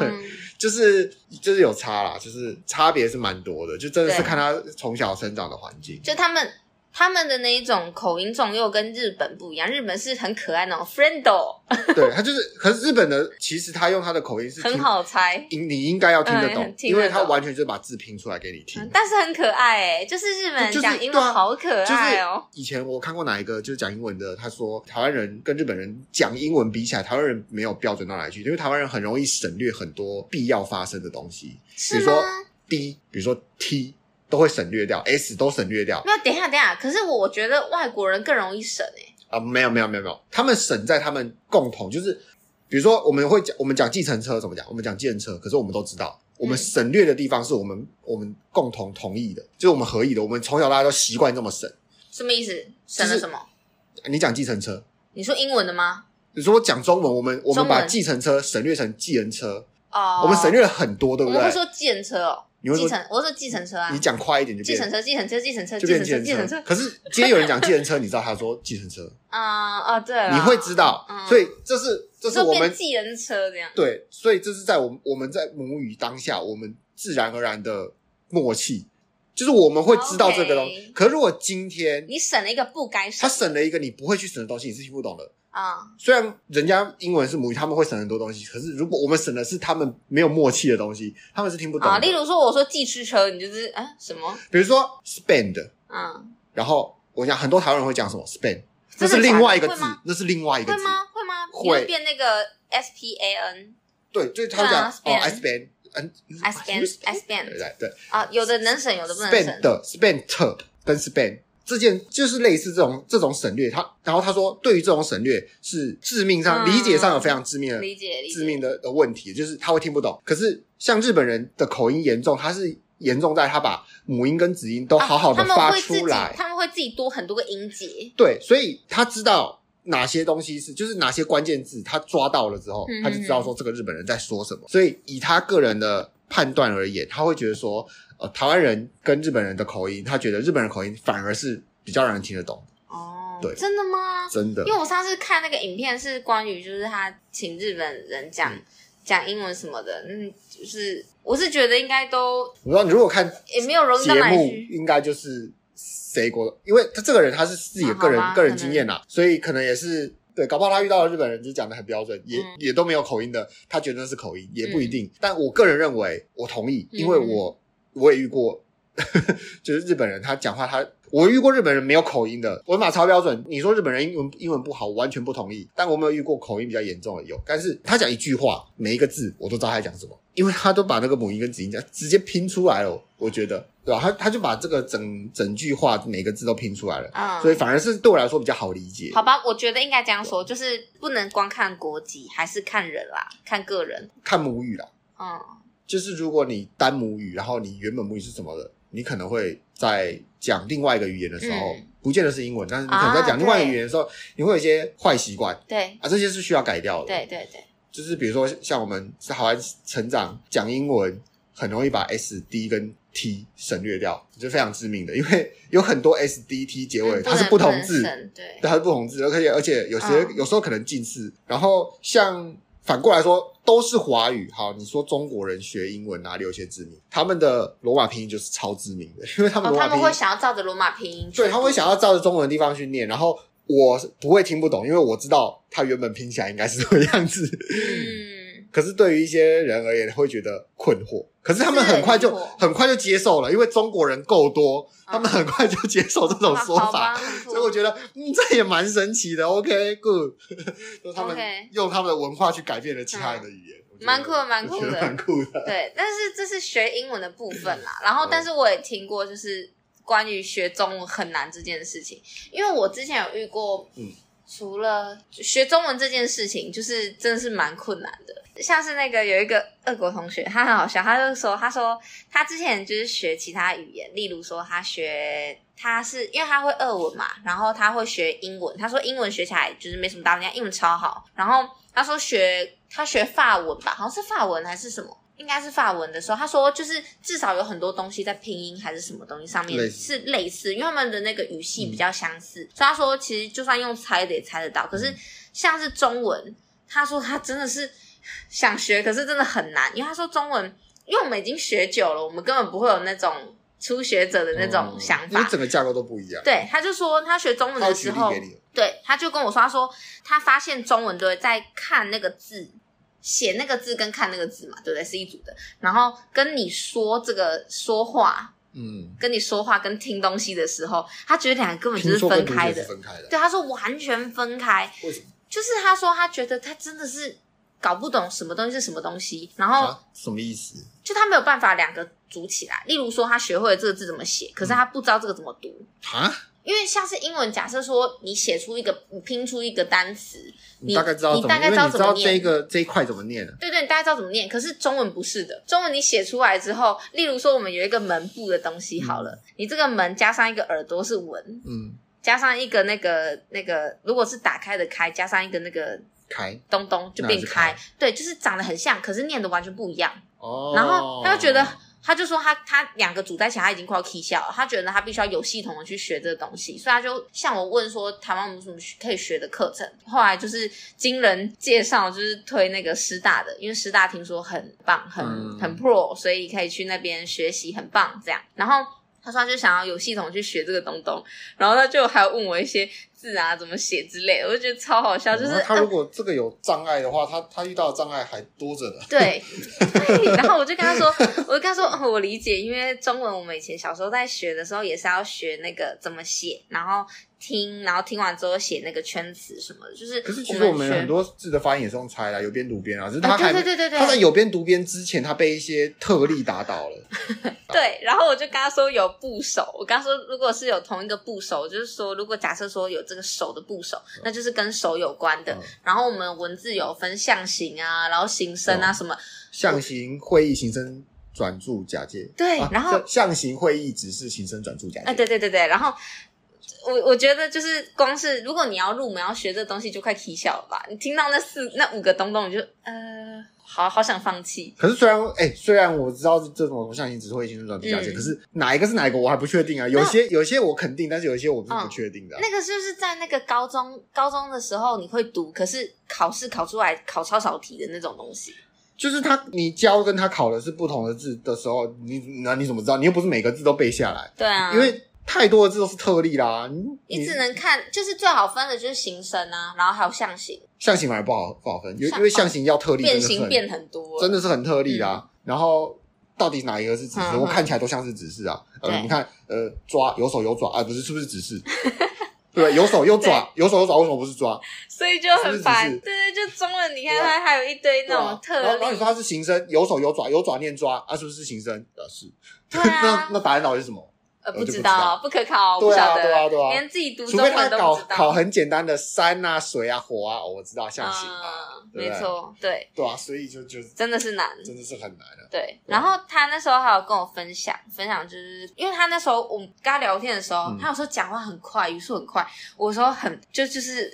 Speaker 1: 嗯，
Speaker 2: 就是就是有差啦，就是差别是蛮多的，就真的是
Speaker 1: 对
Speaker 2: 看他从小生长的环境。
Speaker 1: 就他们。他们的那一种口音重又跟日本不一样，日本是很可爱那种 friendo，
Speaker 2: 对他就是，可是日本的其实他用他的口音是
Speaker 1: 很
Speaker 2: 听，
Speaker 1: 好猜。
Speaker 2: 你你应该要听得
Speaker 1: 嗯
Speaker 2: 懂，
Speaker 1: 很听
Speaker 2: 因
Speaker 1: 得
Speaker 2: 为他
Speaker 1: 懂
Speaker 2: 完全就是把字拼出来给你听。
Speaker 1: 嗯但是很可爱哎、就是日本人
Speaker 2: 就就是
Speaker 1: 讲英
Speaker 2: 对
Speaker 1: 文
Speaker 2: 啊
Speaker 1: 好可
Speaker 2: 就是
Speaker 1: 爱哦、
Speaker 2: 以前我看过哪一个就是讲英文的，他说台湾人跟日本人讲英文比起来，台湾人没有标准到哪里去，因为台湾人很容易省略很多必要发生的东西，比
Speaker 1: 是
Speaker 2: 如
Speaker 1: 吗？
Speaker 2: 说 d，比如说 t 都会省略掉，s 都省略掉
Speaker 1: 没有，等一下，等一下。可是我觉得外国人更容易省哎、
Speaker 2: 啊，没有没有没有没有，他们省在他们共同就是，比如说我们会讲我们讲计程车怎么讲，我们讲计程车，可是我们都知道。我
Speaker 1: 嗯
Speaker 2: 们省略的地方是我们我们共同同意的，就是我们合意的，我们从小大家都习惯这么省。
Speaker 1: 什么意思？省了
Speaker 2: 就是
Speaker 1: 什么？
Speaker 2: 你讲计程车，
Speaker 1: 你说英文的吗？
Speaker 2: 你说讲中文，我们我
Speaker 1: 中
Speaker 2: 们
Speaker 1: 文
Speaker 2: 把计程车省略成计人车，
Speaker 1: 哦，
Speaker 2: 我们省，略了很多，对
Speaker 1: 我
Speaker 2: 不
Speaker 1: 们
Speaker 2: 对
Speaker 1: 会？说计程车哦、
Speaker 2: 你会
Speaker 1: 计
Speaker 2: 说
Speaker 1: 程，我会说计程车啊
Speaker 2: 你，讲快一点就
Speaker 1: 计程
Speaker 2: 变
Speaker 1: 车，计程车，计程车，
Speaker 2: 就
Speaker 1: 计
Speaker 2: 变
Speaker 1: 程
Speaker 2: 计
Speaker 1: 车，计
Speaker 2: 程
Speaker 1: 程
Speaker 2: 车。
Speaker 1: 车。
Speaker 2: 可是今天有人讲计程车，你知道他说计程车，
Speaker 1: <laughs> 啊哦，对了，
Speaker 2: 你会知道
Speaker 1: 嗯，
Speaker 2: 所以这是这
Speaker 1: 你
Speaker 2: 是
Speaker 1: 说
Speaker 2: 我
Speaker 1: 变
Speaker 2: 们
Speaker 1: 计人车这样。
Speaker 2: 对，所以这是在我们我们在母语当下，我们自然而然的默契，就是我们会知道这个东西。
Speaker 1: OK
Speaker 2: 可如果今天
Speaker 1: 你省了一个不该
Speaker 2: 他
Speaker 1: 省
Speaker 2: 省了一个你不会去省的东西，你是听不懂的。
Speaker 1: 啊、
Speaker 2: 虽然人家英文是母语，他们会省很多东西，可是如果我们省的是他们没有默契的东西，他们是听不懂的。
Speaker 1: 啊！例如说，我说计吃车，你就是啊什么
Speaker 2: 比如说 spend，
Speaker 1: 啊？
Speaker 2: 然后我讲很多台湾人会讲什么 spend，那
Speaker 1: 真的
Speaker 2: 是另外一个
Speaker 1: 假的
Speaker 2: 字
Speaker 1: 会吗，
Speaker 2: 那是另外一个
Speaker 1: 会
Speaker 2: 字。
Speaker 1: 吗？会吗？
Speaker 2: 会
Speaker 1: 你会变那个 S P A N
Speaker 2: 对，就是他会讲哦
Speaker 1: 对啊
Speaker 2: s p e n 嗯
Speaker 1: S B N S B
Speaker 2: 对
Speaker 1: N
Speaker 2: 对对。
Speaker 1: 啊，有的能省，有的不能
Speaker 2: spend
Speaker 1: 省。
Speaker 2: 的 spend 跟 spend 这件就是类似这种这种省略，他然后他说对于这种省略是致命上、
Speaker 1: 嗯
Speaker 2: 理解上有非常致命的
Speaker 1: 理解理解。
Speaker 2: 致命的的问题，就是他会听不懂。可是像日本人的口音严重，他是严重在他把母音跟子音都
Speaker 1: 啊
Speaker 2: 好好的
Speaker 1: 他们
Speaker 2: 发
Speaker 1: 会自
Speaker 2: 出
Speaker 1: 己
Speaker 2: 来，
Speaker 1: 他们会自己多很多个音节。
Speaker 2: 对，所以他知道。哪些东西是，就是哪些关键字，他抓到了之后
Speaker 1: 嗯，
Speaker 2: 他就知道说这个日本人在说什么。所以以他个人的判断而言，他会觉得说，呃，台湾人跟日本人的口音，他觉得日本人口音反而是比较让人听得懂的，
Speaker 1: 哦，
Speaker 2: 对
Speaker 1: 真的吗？
Speaker 2: 真的
Speaker 1: 因。为我上次看那个影片是关于就是他请日本人讲、
Speaker 2: 嗯
Speaker 1: 讲英文什么的，嗯，就是我是觉得应该都
Speaker 2: 我不知道你如果看
Speaker 1: 也没有容易
Speaker 2: 节
Speaker 1: 到哪
Speaker 2: 目
Speaker 1: 里去。
Speaker 2: 应该就是谁国，因为他这个人他是自己的个人、
Speaker 1: 啊好吧
Speaker 2: 个人
Speaker 1: 可能
Speaker 2: 经验啦，所以可能也是对，搞不好他遇到的日本人就讲的很标准，也、
Speaker 1: 嗯
Speaker 2: 也都没有口音的，他觉得那是口音也不一定。但我个人认为，我同意，因为我、我也遇过， <laughs> 就是日本人他讲话他。我遇过日本人没有口音的，文法超标准。你说日本人英文英文不好，我完全不同意。但我没有遇过口音比较严重的有，但是他讲一句话，每一个字我都知道他在讲什么，因为他都把那个母音跟子音讲直接拼出来了。我觉得，对吧、他他就把这个整整句话每个字都拼出来了。
Speaker 1: 嗯，
Speaker 2: 所以反而是对我来说比较好理解。
Speaker 1: 好吧，我觉得应该这样说，就是不能光看国籍，还是看人啦，看个人。
Speaker 2: 看母语啦，
Speaker 1: 嗯，
Speaker 2: 就是如果你单母语，然后你原本母语是什么的，你可能会在讲另外一个语言的时候，
Speaker 1: 嗯啊
Speaker 2: 不见得是英文，但是你可能在讲另外一个语言的时候，你会有一些坏习惯
Speaker 1: 对，
Speaker 2: 啊，这些是需要改掉的。
Speaker 1: 对，，对，对，
Speaker 2: 就是比如说像我们在台湾成长讲英文，很容易把 S、D 跟 T 省略掉，这是非常致命的，因为有很多 S、D、T 结尾、
Speaker 1: 嗯
Speaker 2: 它是
Speaker 1: 能
Speaker 2: 不
Speaker 1: 能
Speaker 2: 同字，
Speaker 1: 省对，
Speaker 2: 对，它是不同字，而且而且有些、
Speaker 1: 嗯
Speaker 2: 有时候可能近似。然后像反过来说，都是华语。好，你说中国人学英文哪里有一些字母？他们的罗马拼音就是超知名的，因为他们
Speaker 1: 哦，
Speaker 2: 罗马
Speaker 1: 他们
Speaker 2: 拼音，
Speaker 1: 会想要照着罗马拼音，
Speaker 2: 对，他们会想要照着中文的地方去念。然后我不会听不懂，因为我知道它原本拼起来应该是这个样子。
Speaker 1: 嗯，
Speaker 2: 可是对于一些人而言，会觉得困惑。可是他们很快就是
Speaker 1: 很困惑
Speaker 2: 很快就接受了，因为中国人够多，他们
Speaker 1: 嗯
Speaker 2: 很快就接受这种说
Speaker 1: 好吧，
Speaker 2: 法。
Speaker 1: 很酷
Speaker 2: 所以我觉得，嗯，这也蛮神奇的。OK，good，、就是 <laughs> 他们
Speaker 1: OK
Speaker 2: 用他们的文化去改变了其他人的语言，我觉得
Speaker 1: 蛮酷的蛮酷的
Speaker 2: 我觉得蛮酷的。
Speaker 1: 对，但是这是学英文的部分啦。然后
Speaker 2: 嗯，
Speaker 1: 但是我也听过，就是关于学中文很难这件事情，因为我之前有遇过，
Speaker 2: 嗯
Speaker 1: 除了学中文这件事情，就是真的是蛮困难的。像是那个有一个俄国同学，他很好笑，他就说，他说他之前就是学其他语言，例如说他学。他是因为他会俄文嘛，然后他会学英文。他说英文学起来就是没什么大问题，他英文超好。然后他说学他学法文吧，好像是法文还是什么，应该是法文的时候，他说就是至少有很多东西在拼音还是什么东西上
Speaker 2: 类
Speaker 1: 面
Speaker 2: 似
Speaker 1: 是类似，因为他们的那个语系比较相似，所以他说其实就算用猜的也猜得到。可是像是中文，他说他真的是想学，可是真的很难，因为他说中文，因为我们已经学久了，我们根本不会有那种初学者的那种想
Speaker 2: 嗯哦因为
Speaker 1: 法。
Speaker 2: 整个架构都不一样。
Speaker 1: 对，他就说他学中文
Speaker 2: 他
Speaker 1: 的
Speaker 2: 会举
Speaker 1: 时
Speaker 2: 例
Speaker 1: 候，
Speaker 2: 给你，
Speaker 1: 对，他就跟我说，他说他发现中文对在看那个字，写那个字跟看那个字嘛，对不对？是一组的。然后跟你说这个说话，
Speaker 2: 嗯，
Speaker 1: 跟你说话跟听东西的时候，他觉得两个根本就
Speaker 2: 听
Speaker 1: 是
Speaker 2: 说
Speaker 1: 分
Speaker 2: 跟读
Speaker 1: 开
Speaker 2: 写是
Speaker 1: 的。
Speaker 2: 分开的，
Speaker 1: 对，他说完全分开，
Speaker 2: 为什么？
Speaker 1: 就是他说他觉得他真的是搞不懂什么东西是什么东西，然后
Speaker 2: 啊，什么意思？
Speaker 1: 就他没有办法两个组起来。例如说，他学会了这个字怎么写，可是他不知道这个怎么读。
Speaker 2: 啊，
Speaker 1: 因为像是英文，假设说你写出一个，你拼出一个单词，
Speaker 2: 你大概知道
Speaker 1: 你
Speaker 2: 怎
Speaker 1: 大
Speaker 2: 么，
Speaker 1: 概
Speaker 2: 因为你知
Speaker 1: 怎
Speaker 2: 道
Speaker 1: 么
Speaker 2: 这
Speaker 1: 念。
Speaker 2: 个这一块怎么念了。
Speaker 1: 对对，你大概知道怎么念。可是中文不是的，中文你写出来之后，例如说我们有一个门部的东西好了，你这个门加上一个耳朵是文，
Speaker 2: 嗯，
Speaker 1: 加上一个那个那个，如果是打开的开，加上一个那个
Speaker 2: 开
Speaker 1: 东东就
Speaker 2: 那
Speaker 1: 变
Speaker 2: 是
Speaker 1: 开
Speaker 2: 开，
Speaker 1: 对，就是长得很像，可是念的完全不一样。
Speaker 2: 哦，
Speaker 1: 然后他就觉得他就说他他两个组在一起，他已经快要 K 笑了。他觉得他必须要有系统的去学这个东西，所以他就向我问说台湾有没有什么可以学的课程。后来就是经人介绍，就是推那个师大的，因为师大听说很棒，很
Speaker 2: 嗯
Speaker 1: 很 pro，所以可以去那边学习， <laughs> 很棒这样。然后他说他就想要有系统去学这个东东，然后他就还问我一些字啊怎么写之类的，我就觉得超好笑，就是、
Speaker 2: 嗯他
Speaker 1: 呃
Speaker 2: 如果这个有障碍的话，他他遇到的障碍还多着呢。
Speaker 1: 对，对，然后我就跟他说，我就跟他说，哦，我理解，因为中文我们以前小时候在学的时候也是要学那个怎么写，然后听，然后听完之后写那个圈词什么的，就是
Speaker 2: 可是其
Speaker 1: 我
Speaker 2: 实我们
Speaker 1: 们
Speaker 2: 很
Speaker 1: 学。
Speaker 2: 多字的发音也是用猜的，有边读边啊，只是他
Speaker 1: 啊、
Speaker 2: 还
Speaker 1: 对
Speaker 2: 没
Speaker 1: 对对对对，
Speaker 2: 他在有边读边之前，他被一些特例打倒
Speaker 1: <laughs>
Speaker 2: 了。
Speaker 1: 对，然后我就跟他说有部首，我跟他说如果是有同一个部首，就是说如果假设说有这个手的部首，那就是跟手有关的。
Speaker 2: 嗯
Speaker 1: 然后我们文字有分象形啊，然后形声啊
Speaker 2: 嗯
Speaker 1: 什么，
Speaker 2: 象形会议、形声转注、假借。
Speaker 1: 对
Speaker 2: 啊
Speaker 1: 然后
Speaker 2: 这象形会议只是形声转注假
Speaker 1: 啊，
Speaker 2: 借。
Speaker 1: 对对对对，然后。我我觉得就是光是如果你要入门要学这东西，就快啼笑了吧？你听到那四那五个东东，你就呃，好好想放弃。
Speaker 2: 可是虽然哎、虽然我知道这种象形只会形声转注假借，
Speaker 1: 嗯
Speaker 2: 可是哪一个是哪一个我还不确定啊。有些有些我肯定，但是有一些我是不确定的啊、
Speaker 1: 那个就是在那个高中高中的时候你会读，可是考试考出来考超少题的那种东西。
Speaker 2: 就是他你教跟他考的是不同的字的时候，你那你怎么知道？你又不是每个字都背下来，
Speaker 1: 对啊，
Speaker 2: 因为太多的字都是特例啦。你
Speaker 1: 你
Speaker 2: 你
Speaker 1: 只能看，就是最好分的就是形声啊，然后还有象形，
Speaker 2: 象形反而不好不好分，因为
Speaker 1: 象
Speaker 2: 因为象形要特例，
Speaker 1: 变
Speaker 2: 真的是
Speaker 1: 形
Speaker 2: 很
Speaker 1: 变很多。
Speaker 2: 真的是很特例啦。然后到底哪一个是指示？
Speaker 1: 嗯嗯嗯
Speaker 2: 我看起来都像是指示啊。呃，
Speaker 1: 对
Speaker 2: 你看，呃，抓有手有爪啊，不是是不是指示？
Speaker 1: <laughs>
Speaker 2: 对，有手有爪，有手有爪，为什么不是抓？
Speaker 1: 所以就
Speaker 2: 是不
Speaker 1: 很
Speaker 2: 是
Speaker 1: 烦。
Speaker 2: 只是
Speaker 1: 对对，就中文你看
Speaker 2: 对啊
Speaker 1: 它还有一堆那
Speaker 2: 对啊
Speaker 1: 种特
Speaker 2: 然后然后你
Speaker 1: 例
Speaker 2: 说，它是形声，有手有爪，有爪念抓啊，是不是形声？啊，是。
Speaker 1: 对啊
Speaker 2: <laughs> 那那答案到底是什么？
Speaker 1: 呃，
Speaker 2: 我
Speaker 1: 不
Speaker 2: 就不
Speaker 1: 知
Speaker 2: 知
Speaker 1: 道，
Speaker 2: 道
Speaker 1: 不可考，不
Speaker 2: 对啊
Speaker 1: 晓得，
Speaker 2: 对啊对啊
Speaker 1: 连自己读
Speaker 2: 除
Speaker 1: 中
Speaker 2: 非他
Speaker 1: 文都
Speaker 2: 考
Speaker 1: 不知道。
Speaker 2: 考很简单的山啊、水啊、火啊，哦我知道象形啊，
Speaker 1: 嗯，
Speaker 2: 对
Speaker 1: 没
Speaker 2: 不对，
Speaker 1: 错，对，
Speaker 2: 对啊，所以就就
Speaker 1: 真的是难。
Speaker 2: 真的是很难啊。
Speaker 1: 对，然后他那时候还有跟我分享，分享就是因为他那时候我们跟他聊天的时候，
Speaker 2: 嗯
Speaker 1: 他有时候讲话很快，语速很快，我有时候很就就是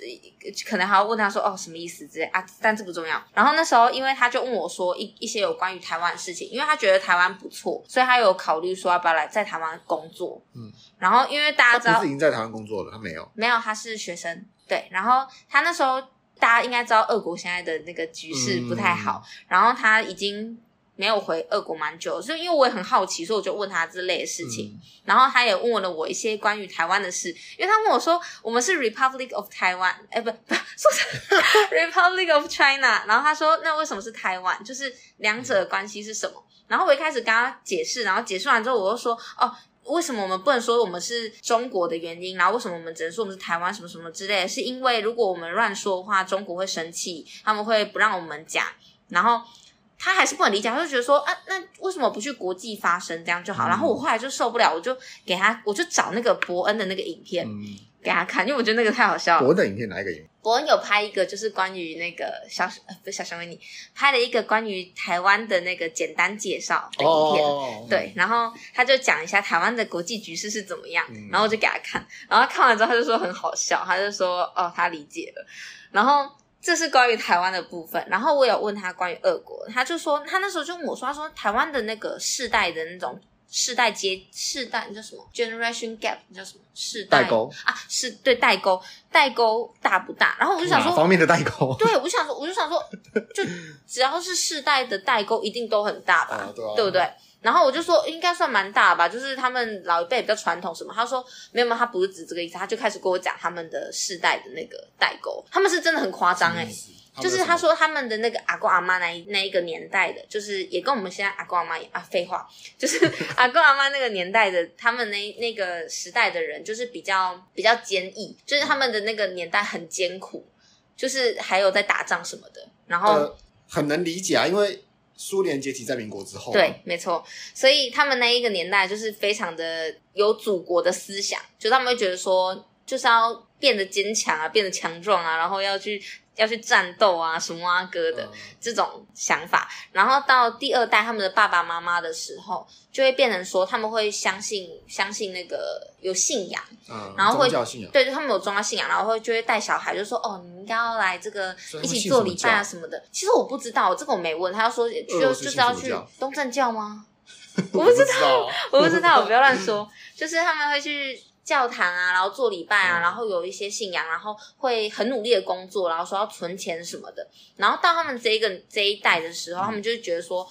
Speaker 1: 可能还要问他说哦什么意思之类啊，但这不重要。然后那时候因为他就问我说一一些有关于台湾的事情，因为他觉得台湾不错，所以他有考虑说要不要来在台湾工作。嗯
Speaker 2: 嗯，
Speaker 1: 然后因为大家知
Speaker 2: 他
Speaker 1: 道
Speaker 2: 不是已经在台湾工作了，他没有。
Speaker 1: 没有，他是学生。对，然后他那时候大家应该知道，俄国现在的那个局势不太好，然后他已经没有回俄国蛮久了，所以因为我也很好奇，所以我就问他这类的事情。
Speaker 2: 嗯
Speaker 1: 然后他也问了我一些关于台湾的事，因为他问我说我们是 Republic of Taiwan，哎，不不，说成 <laughs> Republic of China。然后他说那为什么是台湾？就是两者的关系是什么？然后我一开始跟他解释，然后解释完之后，我又说哦。为什么我们不能说我们是中国的原因？然后为什么我们只能说我们是台湾什么什么之类的？是因为如果我们乱说的话，中国会生气，他们会不让我们讲。然后他还是不能理解，他就觉得说啊，那为什么不去国际发声这样就好？
Speaker 2: 嗯
Speaker 1: 然后我后来就受不了，我就给他，我就找那个伯恩的那个影片、
Speaker 2: 嗯，
Speaker 1: 给他看，因为我觉得那个太好笑了。
Speaker 2: 我的影片哪一个影片？
Speaker 1: 伯恩有拍一个就是关于那个小呃不是小熊维尼拍了一个关于台湾的那个简单介绍的影片。
Speaker 2: 哦，
Speaker 1: 对，然后他就讲一下台湾的国际局势是怎么样，
Speaker 2: 嗯
Speaker 1: 然后我就给他看，然后看完之后他就说很好笑，他就说哦他理解了，然后这是关于台湾的部分，然后我有问他关于俄国，他就说他那时候就问我说，他说台湾的那个世代的那种。世代接世代那叫什么？generation gap 那叫什么？世代
Speaker 2: 代沟
Speaker 1: 啊，是对代沟，代沟大不大？然后我就想说
Speaker 2: 哪，方面的代沟？
Speaker 1: 对，我就想说，我就想说，就只要是世代的代沟，一定都很大吧，
Speaker 2: 啊对啊
Speaker 1: <laughs> 不对？然后我就说应该算蛮大吧，就是他们老一辈比较传统什么。他说没有没有，他不是指这个意思，他就开始跟我讲他们的世代的那个代沟，他们是真的很夸张哎、
Speaker 2: 欸
Speaker 1: 就是他说他们的那个阿公阿妈那一那一个年代的，就是也跟我们现在阿公阿妈一样啊，废话， <laughs> 就是阿公阿妈那个年代的，他们那那个时代的人，就是比较比较坚毅，就是他们的那个年代很艰苦，就是还有在打仗什么的，然后、
Speaker 2: 呃很能理解啊，因为苏联解体在民国之后，啊
Speaker 1: 对，，没错，所以他们那一个年代就是非常的有祖国的思想，就他们会觉得说，就是要变得坚强啊，变得强壮啊，然后要去要去战斗啊，什么啊哥的。
Speaker 2: 嗯
Speaker 1: 这种想法，然后到第二代他们的爸爸妈妈的时候，就会变成说他们会相信相信那个有信仰，
Speaker 2: 嗯，
Speaker 1: 然后会
Speaker 2: 宗教信仰，
Speaker 1: 对，就他们有宗教信仰，然后会就会带小孩，就说哦，你应该要来这个
Speaker 2: 所以
Speaker 1: 一
Speaker 2: 他们
Speaker 1: 起
Speaker 2: 信
Speaker 1: 做
Speaker 2: 什么
Speaker 1: 礼拜啊
Speaker 2: 教
Speaker 1: 什么的。其实我不知道，这个我没问，他就说
Speaker 2: 俄
Speaker 1: 就
Speaker 2: 罗
Speaker 1: 就
Speaker 2: 斯
Speaker 1: 是
Speaker 2: 信什
Speaker 1: 要
Speaker 2: 么
Speaker 1: 去
Speaker 2: 教 <laughs>
Speaker 1: 东正教吗？我
Speaker 2: 不
Speaker 1: 不知
Speaker 2: 知道，啊 <laughs>
Speaker 1: 我不知道，我不要乱说。就是他们会去教堂啊，然后做礼拜啊，
Speaker 2: 嗯
Speaker 1: 然后有一些信仰，然后会很努力的工作，然后说要存钱什么的。然后到他们这一个这一代的时候，
Speaker 2: 嗯
Speaker 1: 他们就觉得说。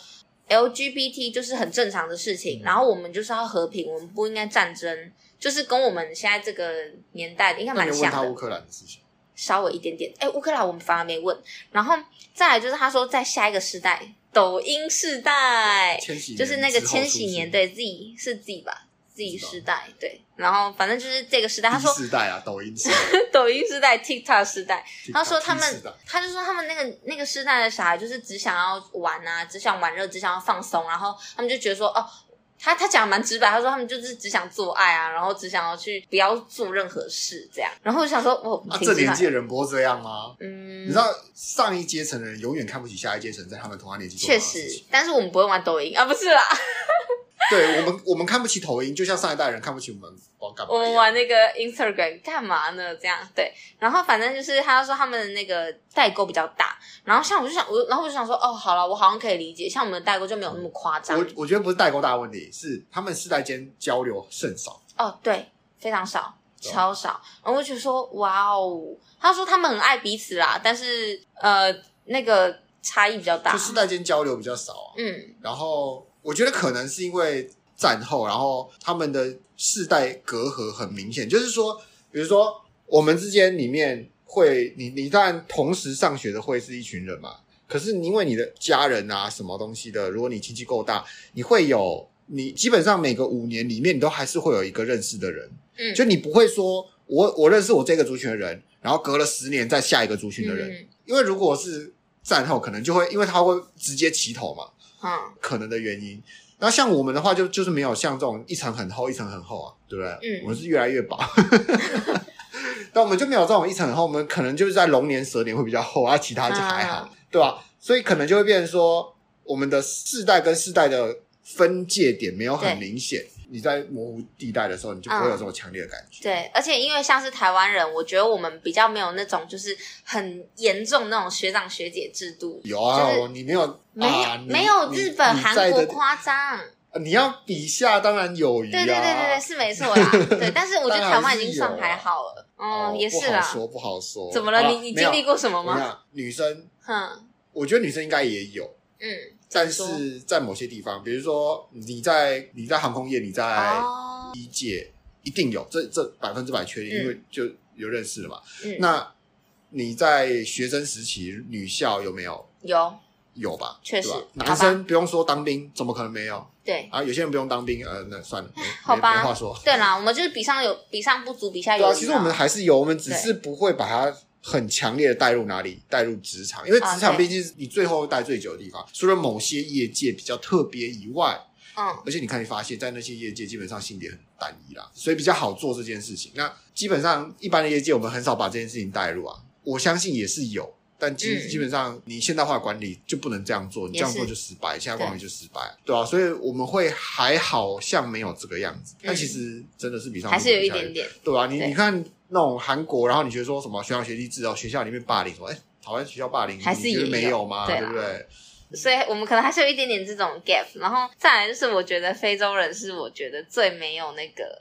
Speaker 1: LGBT 就是很正常的事情，
Speaker 2: 嗯
Speaker 1: 然后我们就是要和平，我们不应该战争，就是跟我们现在这个年代的应该
Speaker 2: 那
Speaker 1: 蛮
Speaker 2: 你有
Speaker 1: 像
Speaker 2: 问
Speaker 1: 的。
Speaker 2: 他乌克兰的事情，
Speaker 1: 稍微一点点。哎，乌克兰我们反而没问。然后再来就是他说，在下一个世代，抖音世代，
Speaker 2: 千禧年
Speaker 1: 哎就是那个
Speaker 2: 之后出
Speaker 1: 千禧年，
Speaker 2: 现
Speaker 1: 对 Z 是 Z 吧？Z
Speaker 2: 知道
Speaker 1: 世代，对。然后反正就是这个时代，他说
Speaker 2: 第四代啊，抖音时代，
Speaker 1: 抖音世代、TikTok 世代， <laughs> 他说他
Speaker 2: 第
Speaker 1: 们
Speaker 2: 四代，
Speaker 1: 他就说他们那个那个世代的小孩，就是只想要玩啊，只想玩乐，只想要放松，然后他们就觉得说，哦，他他讲得蛮直白，他说他们就是只想做爱啊，然后只想要去不要做任何事这样。然后我就想说，哦我、
Speaker 2: 啊，
Speaker 1: 挺
Speaker 2: 这
Speaker 1: 直
Speaker 2: 年
Speaker 1: 白
Speaker 2: 纪的人不会这样吗？
Speaker 1: 嗯，
Speaker 2: 你知道上一阶层的人永远看不起下一阶层，在他们同样年纪做
Speaker 1: 确
Speaker 2: 的事
Speaker 1: 实
Speaker 2: 情。，
Speaker 1: 但是我们不会玩抖音啊，不是啦，
Speaker 2: 对我们，我们看不起抖音，就像上一代人看不起我们玩干嘛一
Speaker 1: 我
Speaker 2: 样？
Speaker 1: 们玩那个 Instagram 干嘛呢？这样对，然后反正就是他说他们那个代沟比较大，然后像我就想我，然后我就想说，哦，好了，我好像可以理解，像我们的代沟就没有那么夸张
Speaker 2: 我我觉得不是代沟大的问题，是他们世代间交流甚少。
Speaker 1: 哦，对，非常少。
Speaker 2: 对啊
Speaker 1: 超少，然后我就觉得说，哇哦，他说他们很爱彼此啦，但是呃，那个差异比较大，
Speaker 2: 就世代间交流比较少啊。
Speaker 1: 嗯，
Speaker 2: 然后我觉得可能是因为战后，然后他们的世代隔阂很明显，就是说，比如说我们之间里面会，你你当然同时上学的会是一群人嘛，可是因为你的家人啊什么东西的，如果你亲戚够大，你会有。你基本上每个五年里面，你都还是会有一个认识的人，
Speaker 1: 嗯
Speaker 2: 就你不会说我我认识我这个族群的人，然后隔了十年再下一个族群的人，
Speaker 1: 嗯
Speaker 2: 因为如果是战后，可能就会因为他会直接起头嘛，
Speaker 1: 嗯
Speaker 2: 可能的原因。然后像我们的话就，就是没有像这种一层很厚、一层很厚啊，对不对？
Speaker 1: 嗯
Speaker 2: 我们是越来越薄， <laughs> 但我们就没有这种一层很厚，我们可能就是在龙年、蛇年会比较厚，啊，其他就还好，
Speaker 1: 啊
Speaker 2: 对吧？所以可能就会变成说，我们的世代跟世代的分界点没有
Speaker 1: 对
Speaker 2: 很
Speaker 1: 嗯
Speaker 2: 明显。你在模糊地带的时候，你就不会有这种强烈的感觉。
Speaker 1: 对，而且因为像是台湾人，我觉得我们比较没有那种就是很严重那种学长学姐制度，
Speaker 2: 有啊，
Speaker 1: 就是
Speaker 2: 我你没有，
Speaker 1: 没有、
Speaker 2: 啊、你
Speaker 1: 没有日本、
Speaker 2: 你
Speaker 1: 韩国
Speaker 2: 你在的
Speaker 1: 夸张。
Speaker 2: 呃你要比下当然有余、啊，
Speaker 1: 对对对对对，是没错
Speaker 2: <laughs>
Speaker 1: 啦。对，但是我觉得
Speaker 2: 当然
Speaker 1: 台湾
Speaker 2: 是
Speaker 1: 已经
Speaker 2: 有
Speaker 1: 算还
Speaker 2: 啊
Speaker 1: 好了。
Speaker 2: 哦
Speaker 1: 嗯，也是
Speaker 2: 不
Speaker 1: 啦
Speaker 2: 好。说不好说。
Speaker 1: 怎么
Speaker 2: 啊
Speaker 1: 了？你你
Speaker 2: 没有
Speaker 1: 经历过什么
Speaker 2: 我跟你
Speaker 1: 吗？
Speaker 2: 讲，女生，
Speaker 1: 哼，
Speaker 2: 我觉得女生应该也有，
Speaker 1: 嗯，怎么
Speaker 2: 但
Speaker 1: 说
Speaker 2: 是在某些地方，比如说你在你在航空业，你在
Speaker 1: 哦，
Speaker 2: 医界、一定有，这这百分之百确定，
Speaker 1: 嗯
Speaker 2: 因为就有认识了嘛。
Speaker 1: 嗯，
Speaker 2: 那你在学生时期女校有没有？
Speaker 1: 有
Speaker 2: 有吧，
Speaker 1: 确实
Speaker 2: 对吧
Speaker 1: 好吧
Speaker 2: 男生不用说当兵，怎么可能没有
Speaker 1: 对
Speaker 2: 啊？有些人不用当兵，呃，那算了，没没
Speaker 1: <laughs> 好吧
Speaker 2: 没话说。
Speaker 1: 对啦，我们就是比上有比上不足，比下有
Speaker 2: 对
Speaker 1: 余
Speaker 2: 啊，
Speaker 1: 啦。
Speaker 2: 其实我们还是有，我们只
Speaker 1: 对
Speaker 2: 是不会把它很强烈的带入哪里，带入职场，因为职
Speaker 1: 啊
Speaker 2: 场
Speaker 1: 对
Speaker 2: 毕竟是你最后待最久的地方，除了某些业界比较特别以外，
Speaker 1: 嗯
Speaker 2: 而且你看，你发现，在那些业界基本上性别很单一啦，所以比较好做这件事情。那基本上一般的业界，我们很少把这件事情带入啊，我相信也是有。但基
Speaker 1: 嗯
Speaker 2: 基本上，你现代化管理就不能这样做，你
Speaker 1: 也
Speaker 2: 这样
Speaker 1: 是
Speaker 2: 做就失败，现代化管理就失败，对啊，所以我们会还好像没有这个样子，
Speaker 1: 嗯
Speaker 2: 但其实真的是比上
Speaker 1: 还是有一
Speaker 2: 比下
Speaker 1: 点点。
Speaker 2: 对啊，你
Speaker 1: 对
Speaker 2: 你看那种韩国，然后你觉得说什么学长学弟制哦，学校里面霸凌什么，哎、台湾学校霸凌
Speaker 1: 还是
Speaker 2: 你觉得
Speaker 1: 也
Speaker 2: 没
Speaker 1: 有
Speaker 2: 有吗？
Speaker 1: 对啊
Speaker 2: 不对？
Speaker 1: 所以我们可能还是有一点点这种 gap。然后再来就是，我觉得非洲人是我觉得最没有那个，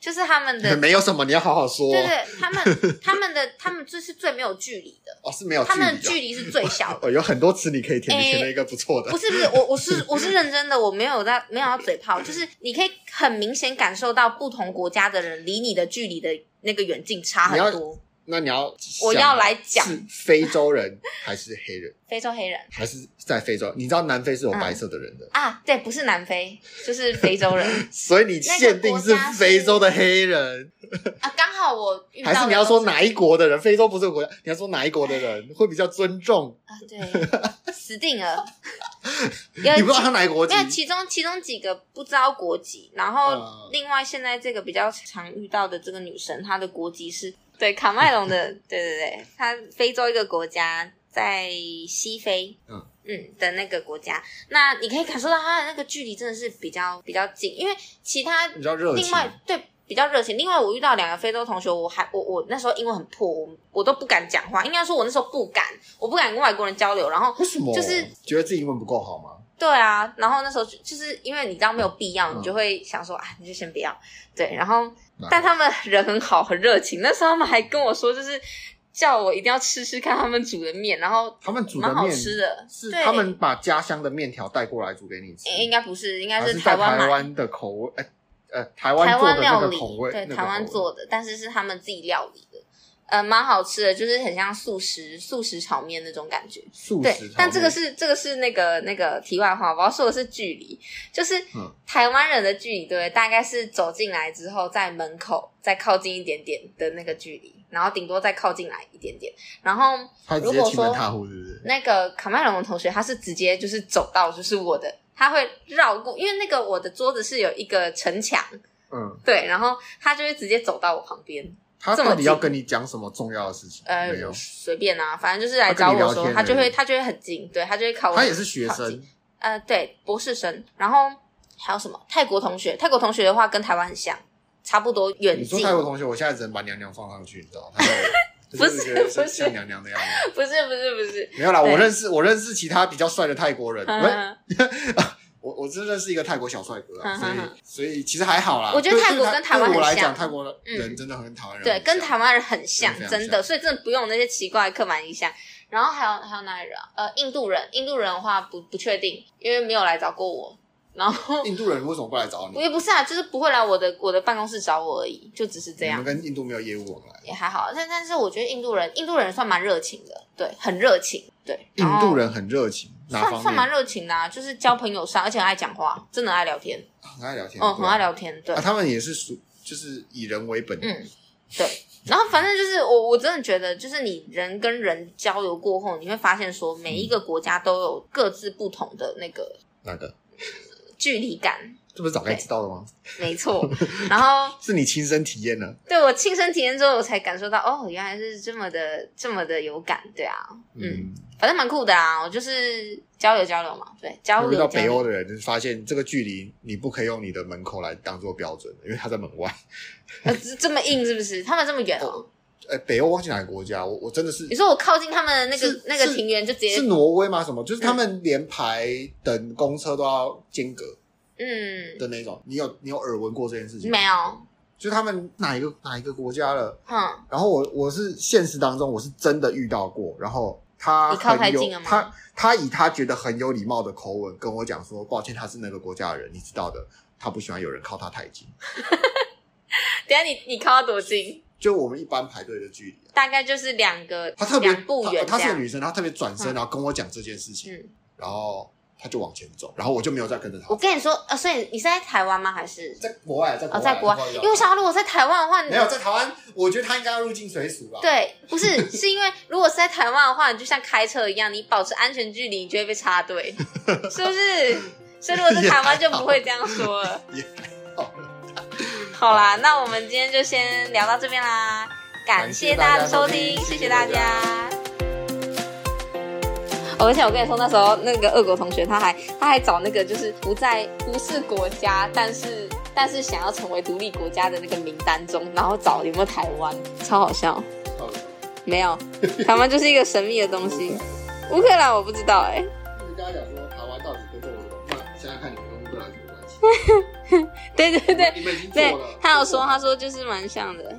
Speaker 1: 就是他们的，
Speaker 2: <laughs> 没有什么，你要好好说
Speaker 1: 啊对对，他们他们的他们就是最没有距离的，
Speaker 2: 哦，是没有距
Speaker 1: 他们的
Speaker 2: 离
Speaker 1: 距
Speaker 2: 的。
Speaker 1: 离是最
Speaker 2: <laughs>
Speaker 1: 小的。
Speaker 2: 哦，有很多词你可以填，你
Speaker 1: 哎
Speaker 2: 填了一个不错的
Speaker 1: 不。是不是，我我是我是认真的，我没有在没有要嘴炮，就是你可以很明显感受到不同国家的人离你的距离的那个远近差
Speaker 2: 你要
Speaker 1: 很多。
Speaker 2: 那你要想，啊
Speaker 1: 我要来讲
Speaker 2: 是非洲人还是黑人，
Speaker 1: 非洲黑人
Speaker 2: 还是在非洲？你知道南非是有白色的人的，
Speaker 1: 啊，对，不是南非，就是非洲
Speaker 2: <laughs>
Speaker 1: 人
Speaker 2: 所以你限定是非洲的黑人，
Speaker 1: 啊。刚好我遇到
Speaker 2: 还
Speaker 1: 的
Speaker 2: 是你要说
Speaker 1: 都
Speaker 2: 哪一国的人？非洲不是有国家，你要说哪一国的人会比较尊重？
Speaker 1: 啊？对，死定
Speaker 2: <laughs>
Speaker 1: 了。
Speaker 2: 你
Speaker 1: 你
Speaker 2: 不知道他哪一国籍
Speaker 1: 没？有，其中其中几个不知道国籍，然后
Speaker 2: 嗯
Speaker 1: 另外现在这个比较常遇到的这个女生，她的国籍是对卡麦隆
Speaker 2: <laughs>
Speaker 1: 的，对对对，她非洲一个国家在西非，
Speaker 2: 嗯
Speaker 1: 的那个国家，那你可以感受到她的那个距离真的是比较比较近，因为其他
Speaker 2: 比较热情
Speaker 1: 另。外对比较热情。另外，我遇到两个非洲同学，我还我我那时候英文很破，我我都不敢讲话，应该说我那时候不敢，我不敢跟外国人交流，然后
Speaker 2: 为什么？
Speaker 1: 就是
Speaker 2: 觉得自己英文不够好吗？
Speaker 1: 对啊，然后那时候就就是因为你知道没有必要，
Speaker 2: 嗯
Speaker 1: 你就会想说啊，你就先不要。对，然后
Speaker 2: 哪
Speaker 1: 但他们人很好，很热情。那时候他们还跟我说，就是叫我一定要吃吃看他们煮的面，然后
Speaker 2: 他们煮的
Speaker 1: 蛮好
Speaker 2: 面
Speaker 1: 吃的。
Speaker 2: 是
Speaker 1: 对
Speaker 2: 他们把家乡的面条带过来煮给你吃，
Speaker 1: 应应该不是，应该
Speaker 2: 还
Speaker 1: 是
Speaker 2: 是在
Speaker 1: 湾买
Speaker 2: 台湾的口味，哎呃，台
Speaker 1: 台
Speaker 2: 湾做
Speaker 1: 湾
Speaker 2: 的那
Speaker 1: 料
Speaker 2: 个
Speaker 1: 理
Speaker 2: 口味，
Speaker 1: 对
Speaker 2: 那个
Speaker 1: 台湾
Speaker 2: 口味
Speaker 1: 做的，但是是他们自己料理的，呃，蛮好吃的，就是很像素食素食炒面那种感觉。
Speaker 2: 素
Speaker 1: 对
Speaker 2: 食炒面，，
Speaker 1: 但这个是这个是那个那个题外话，我要说的是距离，就是
Speaker 2: 嗯
Speaker 1: 台湾人的距离，对不对，大概是走进来之后，在门口再靠近一点点的那个距离，然后顶多再靠近来一点点。然后
Speaker 2: 他直
Speaker 1: 如
Speaker 2: 接
Speaker 1: 果
Speaker 2: 欺门
Speaker 1: 说
Speaker 2: 踏户，是不是？
Speaker 1: 那个卡麦隆的同学，他是直接就是走到就是我的，他会绕过，因为那个我的桌子是有一个城墙，
Speaker 2: 嗯，
Speaker 1: 对，然后他就会直接走到我旁边，
Speaker 2: 他
Speaker 1: 这么
Speaker 2: 到底要
Speaker 1: 近
Speaker 2: 跟你讲什么重要的事情？
Speaker 1: 呃
Speaker 2: 没有，，
Speaker 1: 随便啊，反正就是来
Speaker 2: 他
Speaker 1: 找
Speaker 2: 跟你
Speaker 1: 我
Speaker 2: 聊
Speaker 1: 说，
Speaker 2: 天
Speaker 1: 他就
Speaker 2: 而
Speaker 1: 会
Speaker 2: 已
Speaker 1: 他就会很近，对他就会靠我，
Speaker 2: 他也是学
Speaker 1: 靠近
Speaker 2: 生，
Speaker 1: 呃，对，博士生，然后还有什么泰国同学？泰国同学的话跟台湾很像，差不多远
Speaker 2: 你说
Speaker 1: 近。
Speaker 2: 泰国同学，我现在只能把娘娘放上去，你知道吗？他
Speaker 1: <laughs> 不是
Speaker 2: 就觉得
Speaker 1: 不是
Speaker 2: 像娘娘那样子。
Speaker 1: 不是不是不是，
Speaker 2: 没有啦，
Speaker 1: 对
Speaker 2: 我认识我认识其他比较帅的泰国人，喂
Speaker 1: 嗯，
Speaker 2: 我我真认识一个泰国小帅哥啊，
Speaker 1: 嗯
Speaker 2: 所
Speaker 1: 嗯
Speaker 2: 以所以其实还好啦。
Speaker 1: 我觉得
Speaker 2: 对
Speaker 1: 泰国
Speaker 2: 对
Speaker 1: 跟台湾
Speaker 2: 对我来
Speaker 1: 很像
Speaker 2: 讲，泰国人
Speaker 1: 嗯
Speaker 2: 真的很讨厌人很
Speaker 1: 对，
Speaker 2: 像，
Speaker 1: 跟台湾人很像
Speaker 2: 非，常
Speaker 1: 真的，所以真的不用那些奇怪的刻板印象。然后还有还有哪里人啊？呃，印度人，印度人的话不不确定，因为没有来找过我。然后 <laughs>
Speaker 2: 印度人为什么不来找你？
Speaker 1: 也不是啊，就是不会来我的我的办公室找我而已，就只是这
Speaker 2: 你
Speaker 1: 样哦
Speaker 2: 们。跟印度没有业务往来。
Speaker 1: 也还好，但但是我觉得印度人，印度人算蛮热情的，对，很热情，对。
Speaker 2: 印
Speaker 1: 然后
Speaker 2: 度人很热情，哪
Speaker 1: 算
Speaker 2: 方
Speaker 1: 算蛮
Speaker 2: 面？
Speaker 1: 热情的、啊，就是交朋友上，而且很爱讲话，真的很爱聊天，
Speaker 2: 很爱聊天，
Speaker 1: 嗯，很爱
Speaker 2: 聊。
Speaker 1: 聊天，对
Speaker 2: 啊，，他们也是属就是以人为本，
Speaker 1: 嗯，对。然后反正就是我，我真的觉得，就是你人跟人交流过后，你会发现说，每
Speaker 2: 嗯
Speaker 1: 一个国家都有各自不同的那个
Speaker 2: 那个
Speaker 1: 距离感，
Speaker 2: 这不是早该知道的吗？
Speaker 1: 没
Speaker 2: <laughs>
Speaker 1: 错。然后
Speaker 2: 是你亲身体验的，
Speaker 1: 对我亲身体验之后，我才感受到，哦，原来是这么的，这么的有感，对啊，嗯，
Speaker 2: 嗯，
Speaker 1: 反正蛮酷的啊，我就是交流交流嘛，对，交
Speaker 2: 会
Speaker 1: 流
Speaker 2: 遇到
Speaker 1: 交
Speaker 2: 北
Speaker 1: 流
Speaker 2: 欧的人，就是发现这个距离你不可以用你的门口来当做标准，因为他在门外。
Speaker 1: 呃，这这么硬是不是？他们这么远哦。
Speaker 2: 呃，北欧忘记哪个国家，我我真的是
Speaker 1: 你说我靠近他们的那
Speaker 2: 是
Speaker 1: 个那个
Speaker 2: 是
Speaker 1: 庭园就直接
Speaker 2: 是挪威吗？什么？就是他们连排等公车都要间隔
Speaker 1: 嗯
Speaker 2: 的那种。你有你有耳闻过这件事情？
Speaker 1: 没，有，
Speaker 2: 就他们哪一个哪一个国家了？
Speaker 1: 哼，
Speaker 2: 然后我我是现实当中我是真的遇到过，然后他
Speaker 1: 你靠太
Speaker 2: 很有
Speaker 1: 近了吗
Speaker 2: 他他以他觉得很有礼貌的口吻跟我讲说，抱歉，他是那个国家的人，你知道的，他不喜欢有人靠他太近。
Speaker 1: 等一下你你靠他多近？
Speaker 2: 就我们一般排队的距离啊，
Speaker 1: 大概就是两个
Speaker 2: 他特别
Speaker 1: 两步嗯远
Speaker 2: 他，
Speaker 1: 这
Speaker 2: 他是个
Speaker 1: 样。
Speaker 2: 女生，她特别转身，
Speaker 1: 嗯
Speaker 2: 然后跟我讲这件事情，
Speaker 1: 嗯，
Speaker 2: 然后他就往前走，然后我就没有再跟着他
Speaker 1: 我。跟你说，呃，所以你是在台湾吗？还是
Speaker 2: 在国外，在
Speaker 1: 哦，在国
Speaker 2: 国
Speaker 1: 外？因为我想，如果在台湾的话，你
Speaker 2: 没有在台湾，我觉得他应该要入境随俗吧。，
Speaker 1: 对，不 <laughs> 是，是因为如果是在台湾的话，你就像开车一样，你保持安全距离，你就会被插队， <laughs> 是不是？所以如果在台湾就不会这样说了。
Speaker 2: 也好
Speaker 1: 好啦，那我们今天就先聊到这边啦，感谢大家的收听，谢谢大家。哦而且我跟你说，那时候那个俄国同学，他还他还找那个就是不在不是国家，但是但是想要成为独立国家的那个名单中，然后找有没有台湾，超好笑。
Speaker 2: 好了
Speaker 1: 没有，台湾就是一个神秘的东西。乌克兰我不知道哎、
Speaker 2: 我们刚刚讲说台湾到底跟中国有什么关系？那想想看你们跟乌克兰有什么关系？
Speaker 1: <laughs> 对对对
Speaker 2: 你们已经
Speaker 1: 对
Speaker 2: 做了，，
Speaker 1: 他有说他说就是蛮像的，